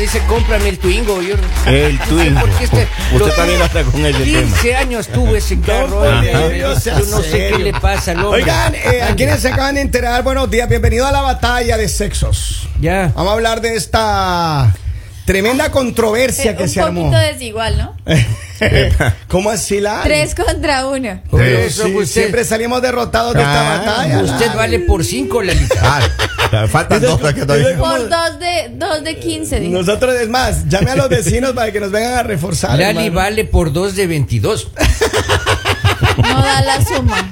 dice, cómprame el Twingo. Yo, El no sé Twingo. por qué este- Usted lo- también hasta con ese 15 años tuvo ese carro. Ajá. hombre, Dios, yo sea no sé serio. qué le pasa al hombre. Oigan, eh, a quienes se acaban de enterar, buenos días, bienvenido a la batalla de sexos. Ya. Vamos a hablar de esta tremenda controversia Eh, que un se armó. poquito desigual, ¿no? ¿Cómo así la? Tres contra uno. Por Pero eso sí, usted, siempre salimos derrotados de esta Ah, batalla. usted Lali. vale por 5 la mitad. Ah, o sea, faltan dos para que todavía. Por dos de, dos de quince. dijo. Nosotros, es más, llame a los vecinos para que nos vengan a reforzar. Lali hermano. vale por 2 de 22. No da la suma.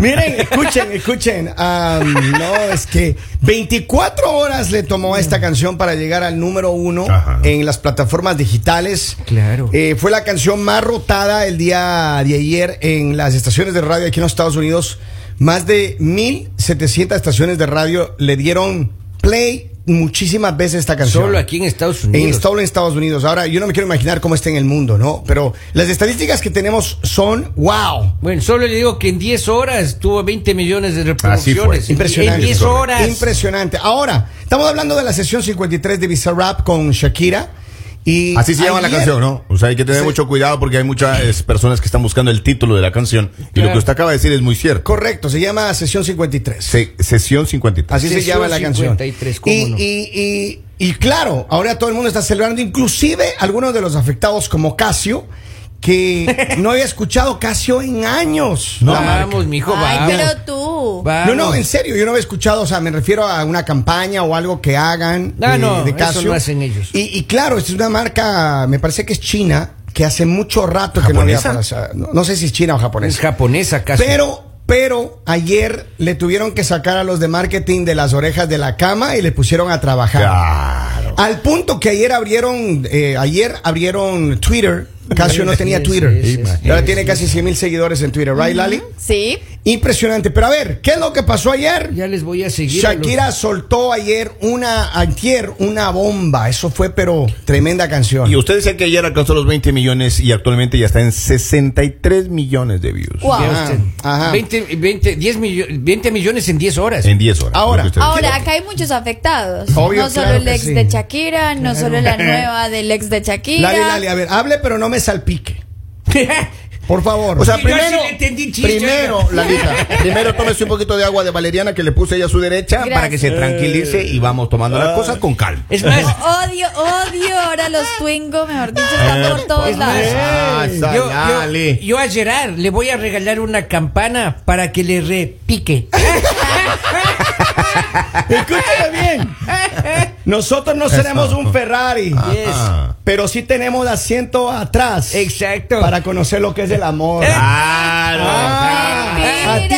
Miren, escuchen, escuchen. Ah, no, es que 24 horas le tomó a esta canción para llegar al número uno Ajá. en las plataformas digitales. Claro. Eh, fue la canción más rotada el día de ayer en las estaciones de radio aquí en los Estados Unidos. Más de 1.700 estaciones de radio le dieron play muchísimas veces esta canción. Solo aquí en Estados Unidos. En Estados, en Estados Unidos. Ahora, yo no me quiero imaginar cómo está en el mundo, ¿no? Pero las estadísticas que tenemos son wow. Bueno, solo le digo que en 10 horas tuvo 20 millones de reproducciones. fue. Impresionante. En 10 horas. Impresionante. Ahora, estamos hablando de la sesión 53 de Bizarrap con Shakira. Y Así se llama la ayer- canción, ¿no? O sea, hay que tener Sí. mucho cuidado porque hay muchas eh, personas que están buscando el título de la canción. Y lo Claro. que usted acaba de decir es muy cierto. Correcto, se llama sesión 53. Se- sesión 53. Así se Sesión llama la canción. 53, ¿cómo y, no? y, y, y claro, ahora todo el mundo está celebrando, inclusive algunos de los afectados como Casio, que no había escuchado Casio en años. No, la marca. vamos, mijo, Ay, vamos. pero tú. No, Vamos. no, en serio, yo no había escuchado, o sea, me refiero a una campaña o algo que hagan eh, Ah, no, eso Casio. lo hacen ellos. Y, y claro, esta es una marca, me parece que es china, que hace mucho rato que ¿Japonesa? no había pasado. No, no sé si es china o Es japonesa. japonesa casi. Pero, pero ayer le tuvieron que sacar a los de marketing de las orejas de la cama y le pusieron a trabajar. Claro. Al punto que ayer abrieron, eh, ayer abrieron Twitter. Casio no tenía Sí, Twitter. sí, sí, Y ahora sí, tiene sí, casi 100 mil seguidores en Twitter, ¿right, Lali? Sí. Impresionante. Pero a ver, ¿qué es lo que pasó ayer? Ya les voy a seguir. Shakira soltó ayer una, antier, una bomba. Eso fue, pero tremenda canción. Y usted decía que ayer alcanzó los 20 millones y actualmente ya está en 63 millones de views. Wow. Ya Ajá, usted. ah, ajá. 20, 20, 10 millo- 20 millones en 10 horas. En 10 horas. lo Ahora, que usted Ahora, decía. acá hay muchos afectados. Obvio, no solo claro el que ex sí. de Shakira, no solo la nueva del ex de Shakira. Lali, Lali, a ver, hable, pero no me salpique. Por favor. O sea, Yo sí primero, le entendí chiste, primero, oiga. Lalita, primero tómese un poquito de agua de valeriana que le puse ella a su derecha para que se tranquilice y vamos tomando las cosas con calma. Es más, Odio, odio ahora los Twingo, mejor dicho, Eh, están por todos pues, es lados. Ah, más, yo, yo- Lali. yo a Gerard le voy a regalar una campana para que le repique. escúchame bien. Nosotros no seremos un Ferrari, Yes. Ah. pero sí tenemos asiento atrás. Exacto. Para conocer lo que es el amor. Eh. Claro. Ah, Mentira. a ti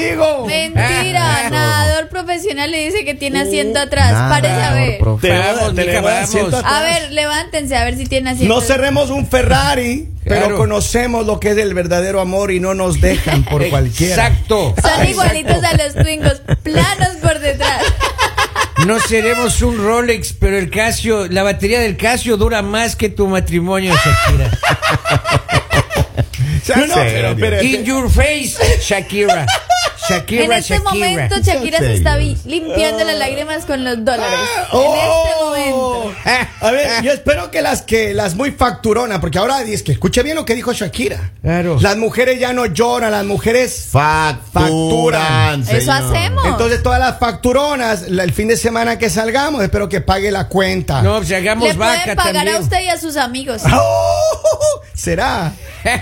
te digo. Eh, Mentira. Eso. Nadador profesional le dice que tiene Uh, asiento atrás. Nada, Párese a ver. por profe- Tenemos- Vamos, mija, tenemos asiento vamos. atrás. A ver, levántense a ver si tiene asiento. No seremos un Ferrari, pero Claro. conocemos lo que es el verdadero amor y no nos dejan por cualquiera. Exacto. Son igualitos a los Twingos, planos por detrás. No seremos un Rolex, pero el Casio, la batería del Casio dura más que tu matrimonio, Shakira. No, no, Sí, pero, Dios. pero- In your face, Shakira. Shakira, En este Shakira. momento Shakira se Serios. está vi- limpiando las lágrimas con los dólares. Oh. En este momento. Ah, A Eh. ver, yo espero que las que las muy facturonas, porque ahora es que escuche bien lo que dijo Shakira. Claro. Las mujeres ya no lloran, las mujeres. Facturan. Eso señor. hacemos. Entonces todas las facturonas, la- el fin de semana que salgamos, espero que pague la cuenta. No, pues hagamos Le vaca pueden pagar también. a usted y a sus amigos. Ah, Oh, ¿Será?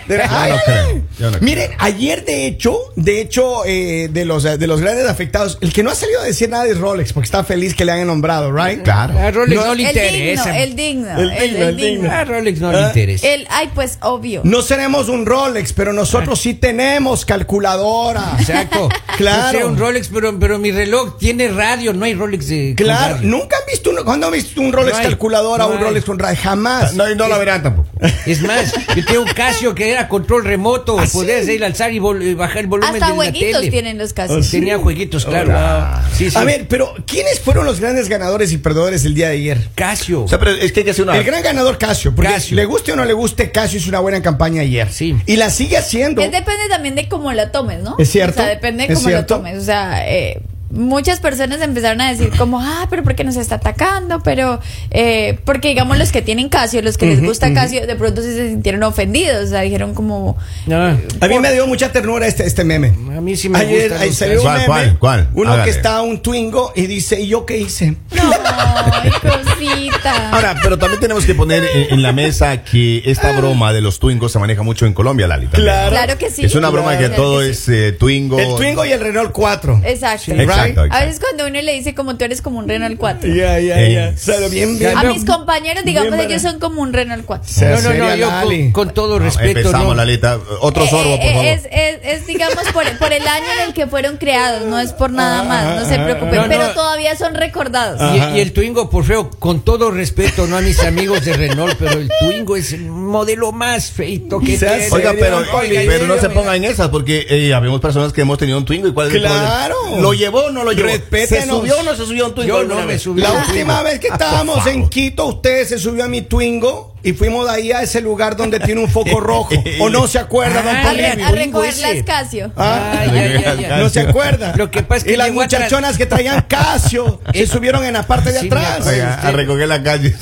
¿Será? Yo Ay, no ay, creo, ay. yo no creo. Miren, ayer de hecho, de hecho, eh, de, los, de los grandes afectados, el que no ha salido a decir nada es Rolex, porque está feliz que le hayan nombrado, ¿right? Claro. A Rolex no, No, le el digno, interesa. el digno. El digno, el digno. A Rolex no ¿Ah? le interesa. El, ay, pues obvio. No seremos un Rolex, pero nosotros sí tenemos calculadora. Exacto. Claro. No sea un Rolex, pero, pero mi reloj tiene radio, no hay Rolex de. con Claro, radio. nunca han visto un, ¿cuándo han visto un Rolex No hay, calculadora o no un hay. Rolex con radio? Jamás. No, y no la verán tampoco. Es más, yo tengo un Casio que era control remoto. ¿Ah, sí? Podías ir alzar y, vol- y bajar el volumen Hasta de la jueguitos tele. Ah, Oh, tienen los casos. Tenía jueguitos, claro. Hola. Sí, sí. A ver, pero ¿quiénes fueron los grandes ganadores y perdedores el día de ayer? Casio. O sea, pero es que hay que hacer una. El gran ganador Casio, porque Casio. le guste o no le guste, Casio hizo una buena campaña ayer. Sí. Y la sigue haciendo. Es depende también de cómo la tomes, ¿no? Es cierto, O sea, depende de es cómo la cierto. tomes. O sea, eh, muchas personas empezaron a decir como, ah, pero ¿por qué nos está atacando? Pero, eh, porque digamos los que tienen Casio, los que les gusta Casio, de pronto sí se sintieron ofendidos, o sea, dijeron como, Ah, A mí me dio mucha ternura este, este meme. a mí sí me Ayer gusta. ahí los salió un ¿Cuál, meme, cuál, cuál? Uno Hágale. que está un twingo y dice, ¿y yo qué hice? no, ay, cosita. Ahora, pero también tenemos que poner en, en la mesa que esta broma de los twingos se maneja mucho en Colombia, Lali. también. Claro. Ah. claro que sí. es una broma claro que todo sí. es eh, twingo. El twingo y el Renault 4. Exacto. Exacto, exacto. A veces cuando uno le dice como tú eres como un Renault 4. Ya, ya, Eh. ya. Salió bien, bien. Ya, A Ah, no, mis compañeros, digamos, bien ellos barato. son como un Renault 4. Se No, no, no, sería yo Lali. con, con todo No, respeto. empezamos, No, Lalita. Otro Eh, sorbo, por eh, favor. Es, es- es, digamos por, por el año en el que fueron creados, no es por nada Ah, más, no se preocupen, No, no. pero todavía son recordados. Y, y el Twingo, por feo, con todo respeto, no a mis amigos de Renault, pero el Twingo es el modelo más feito que Se hace- tiene. Oiga, pero, Oiga, y pero no yo- se pongan en esas, porque eh, habemos personas que hemos tenido un Twingo. ¿Y cuál es el Claro. problema? ¿Lo llevó o no lo llevó? ¿Se Respétenos. subió o no se subió a un Twingo? Yo alguna no me vez? subí. La Ah, última vez que Ah, por estábamos en favor. Quito, usted se subió a mi Twingo y fuimos de ahí a ese lugar donde tiene un foco rojo. ¿O no se acuerda, don Ah, a, re- el Polibio? a Twingo recoger las ese. Casio. Ah, Ay, ay, ay, ay. ¿No se acuerda? Lo que pasa es que y las llegó atrás. muchachonas que traían Casio se subieron en la parte de Sí, me atrás. acuerdo. Oiga, a recoger la calle.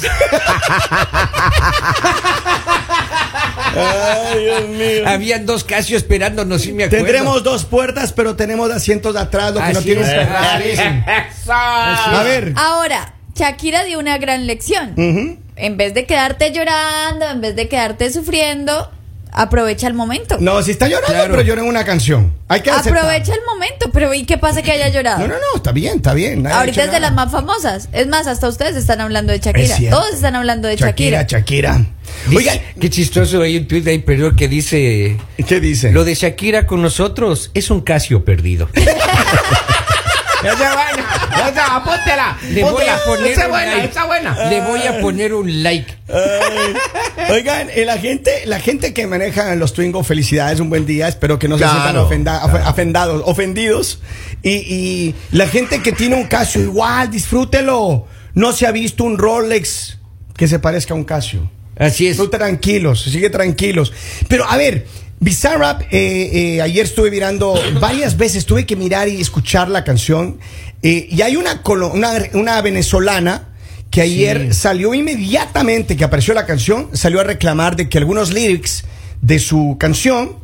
Ay, Dios mío. Habían dos Casio esperándonos, sí me acuerdo. Tendremos dos puertas, pero tenemos asientos de atrás, lo que no Así tiene un Ah, es. Ferrari. A ver. Ahora, Shakira dio una gran lección. Mm. En vez de quedarte llorando, en vez de quedarte sufriendo, aprovecha el momento. No, si está llorando, Claro. pero llora en una canción. Hay que aceptar. aprovecha el momento, pero ¿y qué pasa que haya llorado? No, no, no, está bien, está bien. nadie ha Ahorita hecho es de nada. las más famosas. Es más, hasta ustedes están hablando de Es Shakira. cierto. Todos están hablando de Shakira, Shakira. Dice- Oigan, qué chistoso. Hay un tweet ahí, perdón, que dice: ¿qué dice? Lo de Shakira con nosotros es un Casio perdido. Ya se buena, ya se apúntela. Le voy a poner Está un buena, like. está buena. Le voy a poner un like. Oigan, eh, la gente, la gente que maneja los Twingo, felicidades, un buen día. Espero que no se Claro, sientan ofenda- of- claro. ofendados, ofendidos. Y, y la gente que tiene un Casio, igual, disfrútelo. No se ha visto un Rolex que se parezca a un Casio. Así es. Están tranquilos, sigue tranquilos. Pero a ver, Bizarrap, eh, eh, ayer estuve mirando varias veces, tuve que mirar y escuchar la canción. eh, y hay una, colo- una, una venezolana que ayer Sí. salió inmediatamente que apareció la canción, salió a reclamar de que algunos lyrics de su canción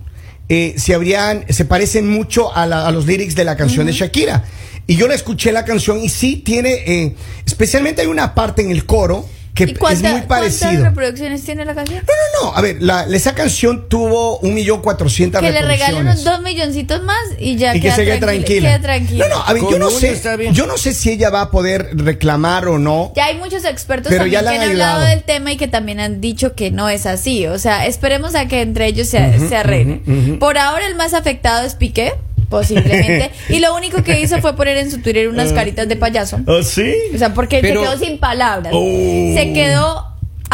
eh, se, habrían, se parecen mucho a, la- a los lyrics de la canción de Shakira. Y yo la escuché la canción y sí tiene, eh, especialmente hay una parte en el coro que Shakira. ¿Y es cuánta- muy ¿Cuántas parecido. reproducciones tiene la canción? No, no, no. A ver, la, esa canción tuvo un millón cuatrocientas Que le regalen reproducciones. unos dos milloncitos más y ya y que queda se quede tranquila. Queda tranquila. No, ah, no, a ver, yo Con no uno sé. está bien. Yo no sé si ella va a poder reclamar o no. Ya hay muchos expertos Pero ya también la que han han hablado ayudado. del tema y que también han dicho que no es así. O sea, esperemos a que entre ellos se, se arreglen. Por ahora el más afectado es Piqué, posiblemente. y lo único que hizo fue poner en su Twitter Ah. unas caritas de payaso. ¿Ah, ¿Oh, sí? O sea, porque Pero- se quedó sin palabras. Oh. Se quedó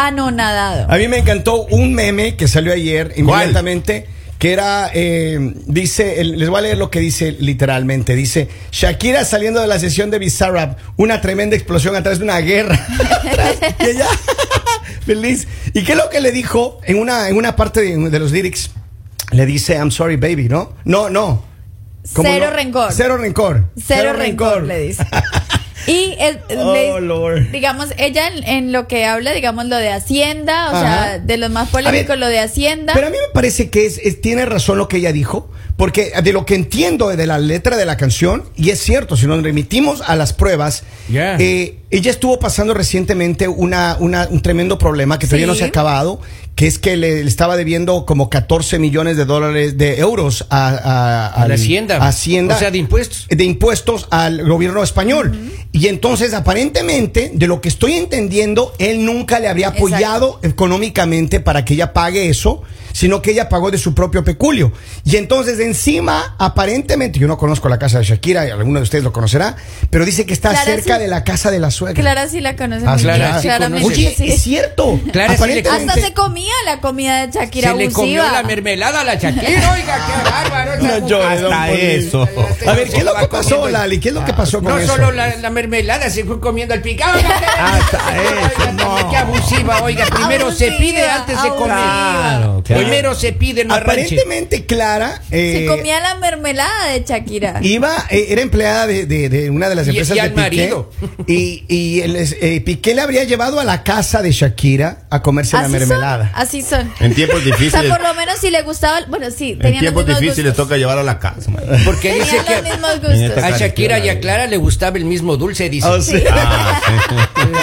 anonadado. A mí me encantó un meme que salió ayer inmediatamente. Que era, eh, dice, el- les voy a leer lo que dice literalmente. Dice, Shakira saliendo de la sesión de Bizarrap, una tremenda explosión atrás de una guerra. Atrás, y ella, feliz. ¿Y qué es lo que le dijo en una, en una parte de, de los lyrics? Le dice, I'm sorry, baby, ¿no? No, no. ¿Cómo Cero no? rencor. Cero rencor. Cero rencor, le dice. Y el- Oh, le- Lord. digamos, ella en, en lo que habla, digamos, lo de Hacienda, o Ajá. sea, de los más polémicos, A ver, lo de Hacienda. Pero a mí me parece que es, es- tiene razón lo que ella dijo, porque de lo que entiendo de la letra de la canción, y es cierto, si nos remitimos a las pruebas, Ya. eh, ella estuvo pasando recientemente una, una- un tremendo problema que todavía no se ha Sí. acabado, que es que le, le estaba debiendo como 14 millones de dólares, de euros a, a- A la al- Hacienda. Hacienda. O sea, de impuestos. De impuestos al gobierno español. Y entonces, aparentemente, de lo que estoy entendiendo, él nunca le habría Exacto. apoyado económicamente para que ella pague eso, sino que ella pagó de su propio peculio. Y entonces encima, aparentemente, yo no conozco la casa de Shakira, y alguno de ustedes lo conocerá, pero dice que está Clara cerca sí. de la casa de la suegra. Clara sí la conoce. Ah, muy Clara bien, sí claramente conoce. Oye, sí. es cierto. Clara sí le- Hasta se comía la comida de Shakira Se le comió abusiva. la mermelada a la Shakira. Oiga, qué bárbaro. esa No mujer. llores, don Hasta Polibio. eso. A ver, ¿qué es lo que pasó, Lali? ¿Qué es lo que pasó con No eso? solo la, la mermelada, se fue comiendo el picado. Hasta eso, no. Qué abusiva, oiga. Primero se Abusiva, pide antes de comer. abusiva. Claro, Oiga, Primero se pide, no arranche. Aparentemente Clara Se eh, comía la mermelada de Shakira. iba, eh, era empleada de, de- de una de las Y- empresas y de al Piqué marido. y, y el, eh, Piqué le habría llevado a la casa de Shakira a comerse la Así son, Ah, mermelada. así son. En tiempos O sea, difíciles. por lo menos si le gustaba, bueno, sí, En tenían los tiempos mismos difíciles gustos. toca llevar a la casa. man. Porque Tenían dice los que mismos En esta a gustos. Shakira y a Clara le gustaba el mismo dulce, dice. O sea, Ah,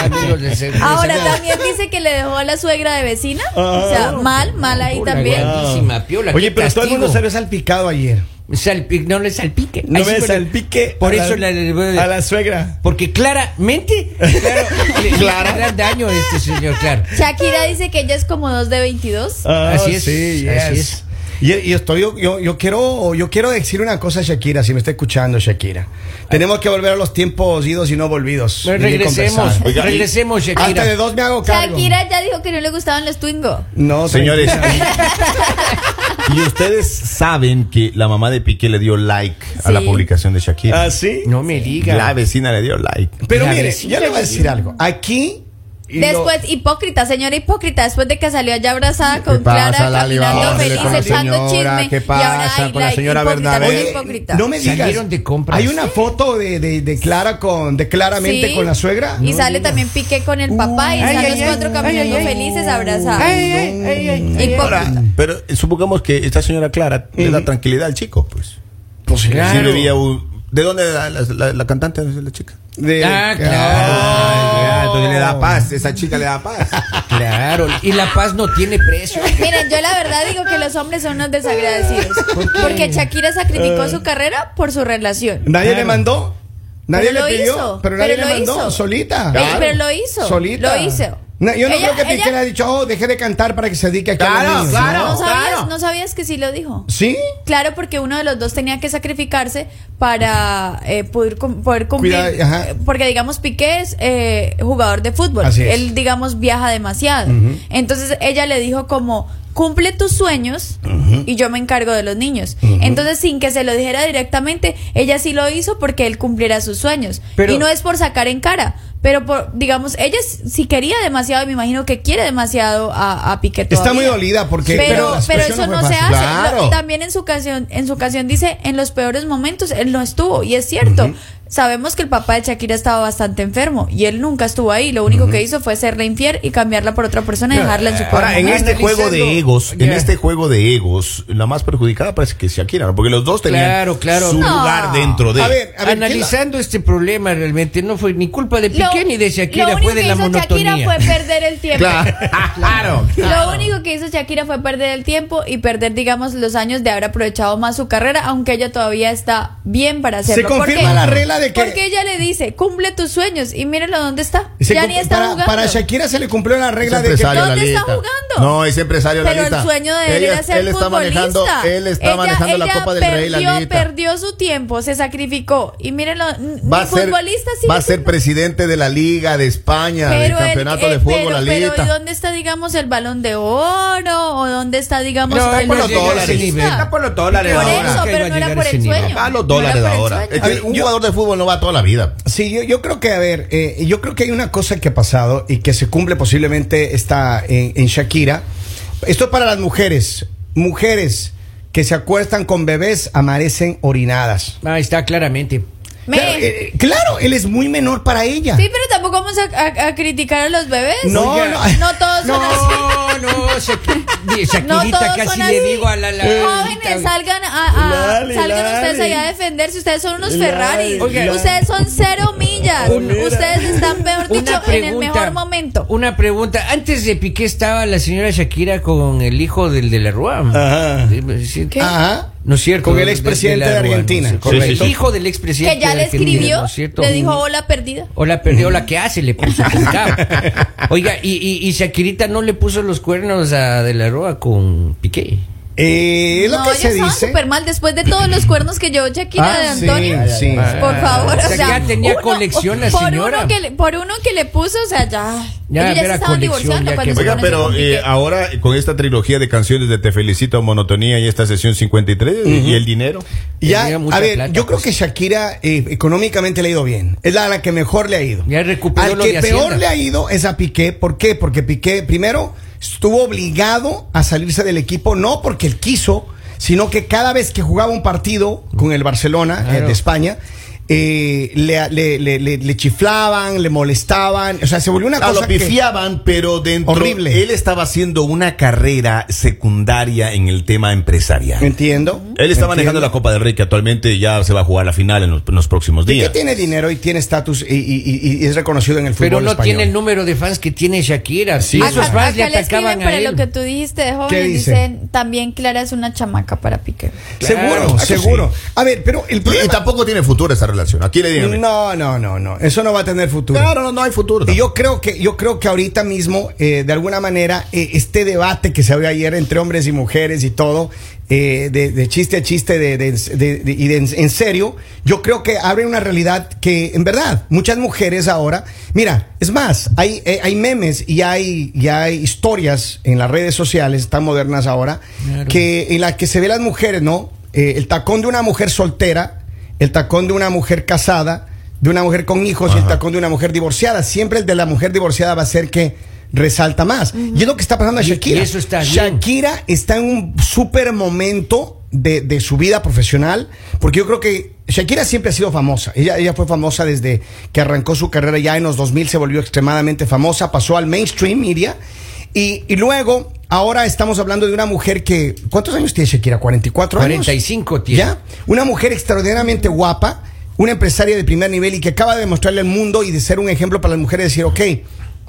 sí. Amigos de ese- Ahora esa- también dice que le dejó a la suegra de vecina. O sea, mal, mal ahí Piola, también. guapísima, piola, Oye, qué pero todo el castigo. mundo se había salpicado ayer. Salpi- no le salpique. No Ay, sí, me pero- salpique. Por a eso la- le voy a- a la suegra. Porque claramente, claro, le- le hará daño a este señor, claro. Shakira dice que ella es como dos de 22. Ah, Así es, sí, así yes. es. Y, y estoy, yo, yo, yo quiero, yo quiero decir una cosa a Shakira, si me está escuchando Shakira. Tenemos que volver a los tiempos idos y no volvidos. No, Y regresemos, conversar. Oiga, y- regresemos, Hasta de Shakira. dos me hago cargo. Shakira ya dijo que no le gustaban los Twingo. No, Señores. Y ustedes saben que la mamá de Piqué le dio like a la Sí. publicación de Shakira. Ah, sí. No me diga. La vecina le dio like. Pero Ya mire, ves. yo le voy a decir algo. Aquí. y lo- Después, hipócrita, señora hipócrita, después de que salió allá abrazada con ¿Qué pasa, Clara, Lali? caminando Vámonos feliz, con la echando señora, chisme. ¿qué y ahora, pasa ay, con la like, señora hipócrita, Bernabé? muy Oye, hipócrita. no me digas. Salieron de compras. Hay una foto de, de, de Clara con, de claramente Sí. con la suegra. Y sale también Piqué con el papá Ay, y están ay, los ay, cuatro ay, caminando ay, ay. felices abrazados. Ay, ay, ay, ay, ay. Hipócrita. Ahora, Eh, pero supongamos que esta señora Clara le da tranquilidad al chico, pues. Pues, Claro. Sí bebía un- ¿De dónde era la, la- la cantante de la chica? de- Ah, claro. Ay, ya, entonces le da paz, esa chica le da paz. Claro, y la paz no tiene precio. Miren, yo la verdad digo que los hombres son unos desagradecidos. Porque Shakira sacrificó su carrera por su relación. Nadie le mandó. Nadie Pero lo le pidió. hizo, Pero nadie pero le lo mandó. hizo. Solita. Ey, pero lo hizo, Solita. lo hizo. No, yo no Ella- creo que Piqué ella- le haya dicho, oh, dejé de cantar para que se dedique aquí a Claro, los niños", claro. ¿no? ¿No sabías, claro. ¿No sabías que sí lo dijo? ¿Sí? Claro, porque uno de los dos tenía que sacrificarse para eh, poder, cum- poder cumplir. Cuidar, ajá. Eh, Porque, digamos, Piqué es eh, jugador de fútbol. Así es. Él, digamos, viaja demasiado. Entonces, ella le dijo como, cumple tus sueños y yo me encargo de los niños. Entonces, sin que se lo dijera directamente, ella sí lo hizo porque él cumpliera sus sueños. Pero- y no es por sacar en cara. Pero, por, digamos, ella s- sí quería demasiado, y me imagino que quiere demasiado a, a Piqué Está muy todavía. dolida porque. Pero, la pero situación eso fue no, se fácil. hace. Lo- Claro. también en su canción, en su canción dice, en los peores momentos él no estuvo y es cierto. Sabemos que el papá de Shakira estaba bastante enfermo y él nunca estuvo ahí. Lo único que hizo fue serle infiel y cambiarla por otra persona y dejarla en su Ahora, en programa. este juego de Analizando- egos, en Ya. este juego de egos, la más perjudicada parece que es Shakira, ¿no? porque los dos tenían Claro, claro. su No. lugar dentro de. A ver, a ver. ¿quién la- Analizando este problema realmente no fue ni culpa este, de Lo- Piqué ni de lo Shakira, único fue de que la hizo monotonía. Shakira fue perder el tiempo. Claro. Lo único que hizo Shakira fue perder el tiempo y perder, digamos, los años de haber aprovechado más su carrera, aunque ella todavía está bien para hacerlo. confirma Porque- la regla de que- Porque ella le dice, cumple tus sueños y mírenlo dónde está. Se ya cum- ni está para, jugando. para Shakira se le cumplió la regla Ese de que. empresario, ¿Dónde está Lalita. jugando? No, ese empresario Pero Lalita. el sueño de él Ella- era ser él está futbolista. manejando, él está Ella- manejando la ella Copa del Rey, perdió, Lalita. perdió su tiempo, se sacrificó. Y mírenlo, n- va ni a ser, futbolista sí va a es ser un- presidente de la Liga de España, del pero el- campeonato eh, de fútbol, pero- Lalita. Pero ¿y dónde está, digamos, el balón de oro? ¿O dónde está, digamos, No, el por los futbolista? dólares. Está por los dólares Por ahora. eso, Que pero iba no a era llegar por ese el nivel. sueño. Va a los No era dólares por el ahora. Eh, sueño. Es que un jugador de fútbol no va toda la vida. Sí, yo, yo creo que, a ver, eh, yo creo que hay una cosa que ha pasado y que se cumple posiblemente está en, en Shakira. Esto es para las mujeres. Mujeres que se acuestan con bebés amanecen orinadas. Ah, está claramente. Me- Claro, eh, claro, él es muy menor para ella. Sí, pero tampoco vamos a, a- a criticar a los bebés. No, Oiga, no. no todos No, son así. no, Shak- di- No Shakirita todos casi son le así. digo a la... la- Jóvenes, salgan, a, a- Lali, salgan Lali. ustedes allá a defenderse. Ustedes son unos Lali, Ferraris. Oiga. ustedes son cero millas. Una- ustedes están, peor dicho, en el mejor momento. Una pregunta. Antes de Piqué estaba la señora Shakira con el hijo del de la Rúa. Ajá. Sí, pues, sí. ¿Qué? Ajá. No es cierto. Con el de- de- expresidente la de Rúa, no es Argentina. cierto. Sí, sí, El sí. hijo del expresidente. que ya de le Argentina, escribió, ¿no es cierto? le dijo hola perdida. O la perdió, la que hace, le puso. Claro. Oiga, y, y, y Shakirita no le puso los cuernos a De la Roa con Piqué. Eh, es lo no, que yo se estaba dice. súper mal después de todos los cuernos que llevó Shakira Ah, de sí, Antonio. sí. Por favor, O o sea, sea, ya Ah. tenía colección la por señora. Uno que le, por uno que le puso, o sea, ya. Ya, ellos era ya se estaban colección, divorciando ya cuando que- se Oiga, conocieron pero con eh, Piqué. ahora con esta trilogía de canciones de Te Felicito, Monotonía y esta sesión 53 y el dinero. Ya, Tenía a mucha ver, plata, yo creo pues. que Shakira eh, económicamente le ha ido bien. Es la, la que mejor le ha ido. Ya recuperó Al lo que de peor Hacienda. le ha ido es a Piqué. ¿Por qué? Porque Piqué, primero, estuvo obligado a salirse del equipo, no porque él quiso, sino que cada vez que jugaba un partido con el Barcelona eh, Claro. de España, eh, le, le- le- le- le chiflaban, le molestaban, o sea, se volvió una Ah, cosa lo que- pifiaban, pero dentro. Horrible. Él estaba haciendo una carrera secundaria en el tema empresarial. Entiendo. Él está entiendo. manejando la Copa del Rey, que actualmente ya se va a jugar la final en los, en los próximos ¿De qué días. tiene dinero y tiene estatus y, y- y- y es reconocido en el fútbol Pero no español? tiene el número de fans que tiene Shakira. Sí, Acá- esos fans le acá le atacaban escriben a para él. lo que tú dijiste de ¿Qué joven. dicen? Dicen también Clara es una chamaca para Piqué. Claro, seguro, eso seguro. A ver, ah, pero el Y, y problema... tampoco tiene futuro esa relación. Aquí le digan. No, no, no, no. Eso no va a tener futuro. Claro, no, no hay futuro. Y yo creo que yo creo que ahorita mismo, eh, de alguna manera, eh, este debate que se abrió ayer entre hombres y mujeres y todo, eh, de, de chiste a chiste de, de- de- de- y de en, en serio, yo creo que abre una realidad que, en verdad, muchas mujeres ahora, mira, es más, hay, eh, hay memes y hay, y hay historias en las redes sociales tan modernas ahora, que en las que se ve las mujeres, ¿no? Eh, el tacón de una mujer soltera, el tacón de una mujer casada, de una mujer con hijos y el tacón de una mujer divorciada. Siempre el de la mujer divorciada va a ser que resalta más. Y es lo que está pasando a Y- y Shakira. eso está bien. Shakira está en un súper momento de, de su vida profesional, porque yo creo que Shakira siempre ha sido famosa. Ella, ella fue famosa desde que arrancó su carrera ya en los 2000, se volvió extremadamente famosa, pasó al mainstream media. Y, y luego, ahora estamos hablando de una mujer que... ¿Cuántos años tiene Shakira? ¿44 años? 45 tiene. ¿Ya? Una mujer extraordinariamente guapa, una empresaria de primer nivel y que acaba de demostrarle al mundo y de ser un ejemplo para las mujeres, decir, ok,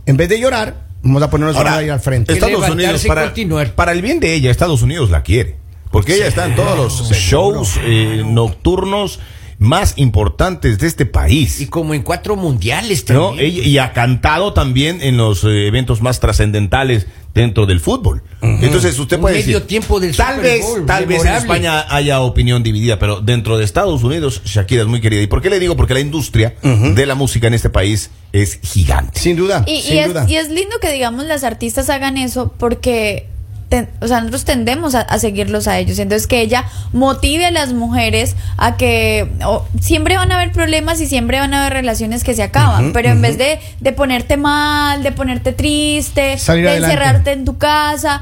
en vez de llorar, vamos a ponernos Ahora, a llorar al frente. está- Estados levantarse Unidos, y para, continuar. para el bien de ella, Estados Unidos la quiere. Porque ella está en todos los shows eh, nocturnos más importantes de este país. Y como en cuatro mundiales ¿no? también. Ella- y ha cantado también en los eh, eventos más trascendentales dentro del fútbol. Entonces usted Un puede medio decir, tiempo del tal Super vez, Bowl, tal vez en memorable. España haya opinión dividida, pero dentro de Estados Unidos Shakira es muy querida. ¿Y por qué le digo? Porque la industria de la música en este país es gigante. Sin duda, Y, y sin es, duda. y es lindo que, digamos, las artistas hagan eso porque, ten- o sea, nosotros tendemos a, a seguirlos a ellos. Entonces, que ella motive a las mujeres a que o- siempre van a haber problemas y siempre van a haber relaciones que se acaban. pero en vez de, de ponerte mal, de ponerte triste, Salir de adelante. encerrarte en tu casa.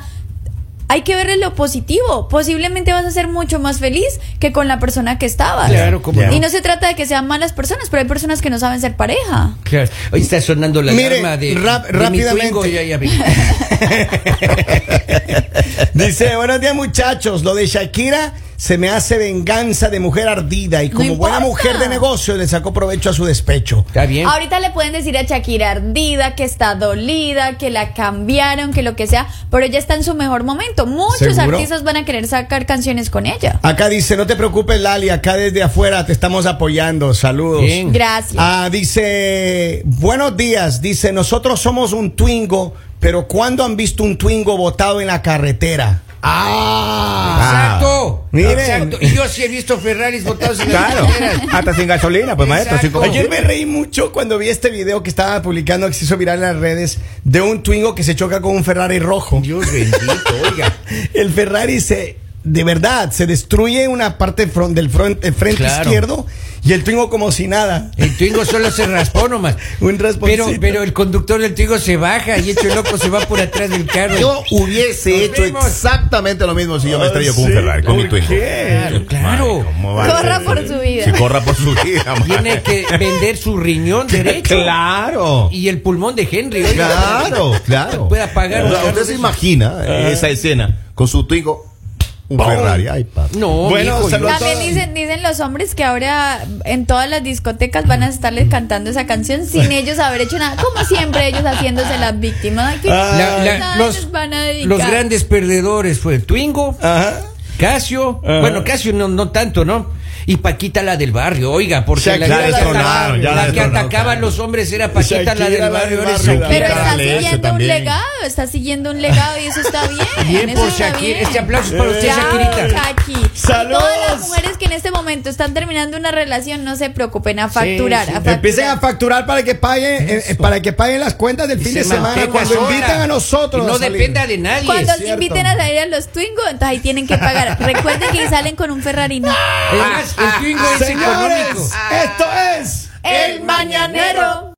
Hay que verle lo positivo. Posiblemente vas a ser mucho más feliz que con la persona que estabas. Ah, Claro, cómo Y no. no se trata de que sean malas personas, pero hay personas que no saben ser pareja. Claro. Ahí está sonando la Mire, alarma de, rap- de mi rápidamente. Twingo, ya- ya vi. Dice, buenos días muchachos, lo de Shakira se me hace venganza de mujer ardida y como buena importa. mujer de negocio le sacó provecho a su despecho. Está bien. Ahorita le pueden decir a Shakira ardida, que está dolida, que la cambiaron, que lo que sea, pero ella está en su mejor momento. Muchos ¿Seguro? artistas van a querer sacar canciones con ella. Acá dice, no te preocupes Lali, acá desde afuera te estamos apoyando, saludos. Bien. Gracias. Ah, dice, buenos días, dice, nosotros somos un Twingo, pero ¿cuándo han visto un Twingo botado en la carretera? Ah. Exacto. Miren. Exacto. Y yo sí he visto Ferraris botados en las Claro, carreteras. hasta sin gasolina, pues maestro. así como- Ayer me reí mucho cuando vi este video que estaba publicando, que se hizo viral en las redes, de un Twingo que se choca con un Ferrari rojo. Dios bendito, oiga. El Ferrari se, de verdad, se destruye una parte front- del front- el frente Claro. izquierdo y el Twingo como si nada. El Twingo solo se raspó nomás. Un rasponcito. pero, pero el conductor del Twingo se baja y hecho loco se va por atrás del carro. Yo hubiese Nos hecho vemos. exactamente lo mismo si yo me estrello con un sí, Ferrari, con mi ¿por Twingo. qué? Claro, claro. eh, Ay, ¿cómo va a Corra ser? por su vida. Si corra por su vida, madre. Tiene que vender su riñón derecho. Claro. Y el pulmón de Henry. oiga. Claro, claro. Pueda pagar O sea, un carro usted se de esos. imagina Ah. eh, esa escena con su Twingo, un Ferrari. Ay, padre. No, Bueno, mijo, yo- saludos. También dicen, dicen los hombres que ahora en todas las discotecas van a estarles cantando esa canción sin ellos haber hecho nada. Como siempre, ellos haciéndose las víctimas. Ay, que La- Ah, la- nada los, les van a dedicar. los grandes perdedores fue el Twingo, Ajá. Casio, Ajá. bueno, Casio no, no tanto, ¿no? Y Paquita la del barrio, oiga, porque Shakira la, la que atacaba- destronaron, ya la la que destronaron, atacaba a los hombres era Paquita la Shakira del barrio. ahora es barrio, Shakira. Pero está Dale, ese siguiendo un también. legado, está siguiendo un legado y eso está bien. Bien eso por está Shakira. bien. Este aplauso es para usted, Bravo, Shakirita. Shaki. ¡Saludos! Y Todas las mujeres que en este momento están terminando una relación, no se preocupen a facturar. sí. a facturar. Empiecen a facturar para que paguen, eh, eh, para que paguen las cuentas del Y fin se de semana mantenga cuando sola. invitan a nosotros. Y no a salir. dependa de nadie. Cuando se cierto. inviten a salir a los Twingo, entonces ahí tienen que pagar. Recuerden que salen con un Ferrari, no. ¡Ah! Ah, Ah, Además, el Twingo es Señores, ah, económico. esto es El mañanero.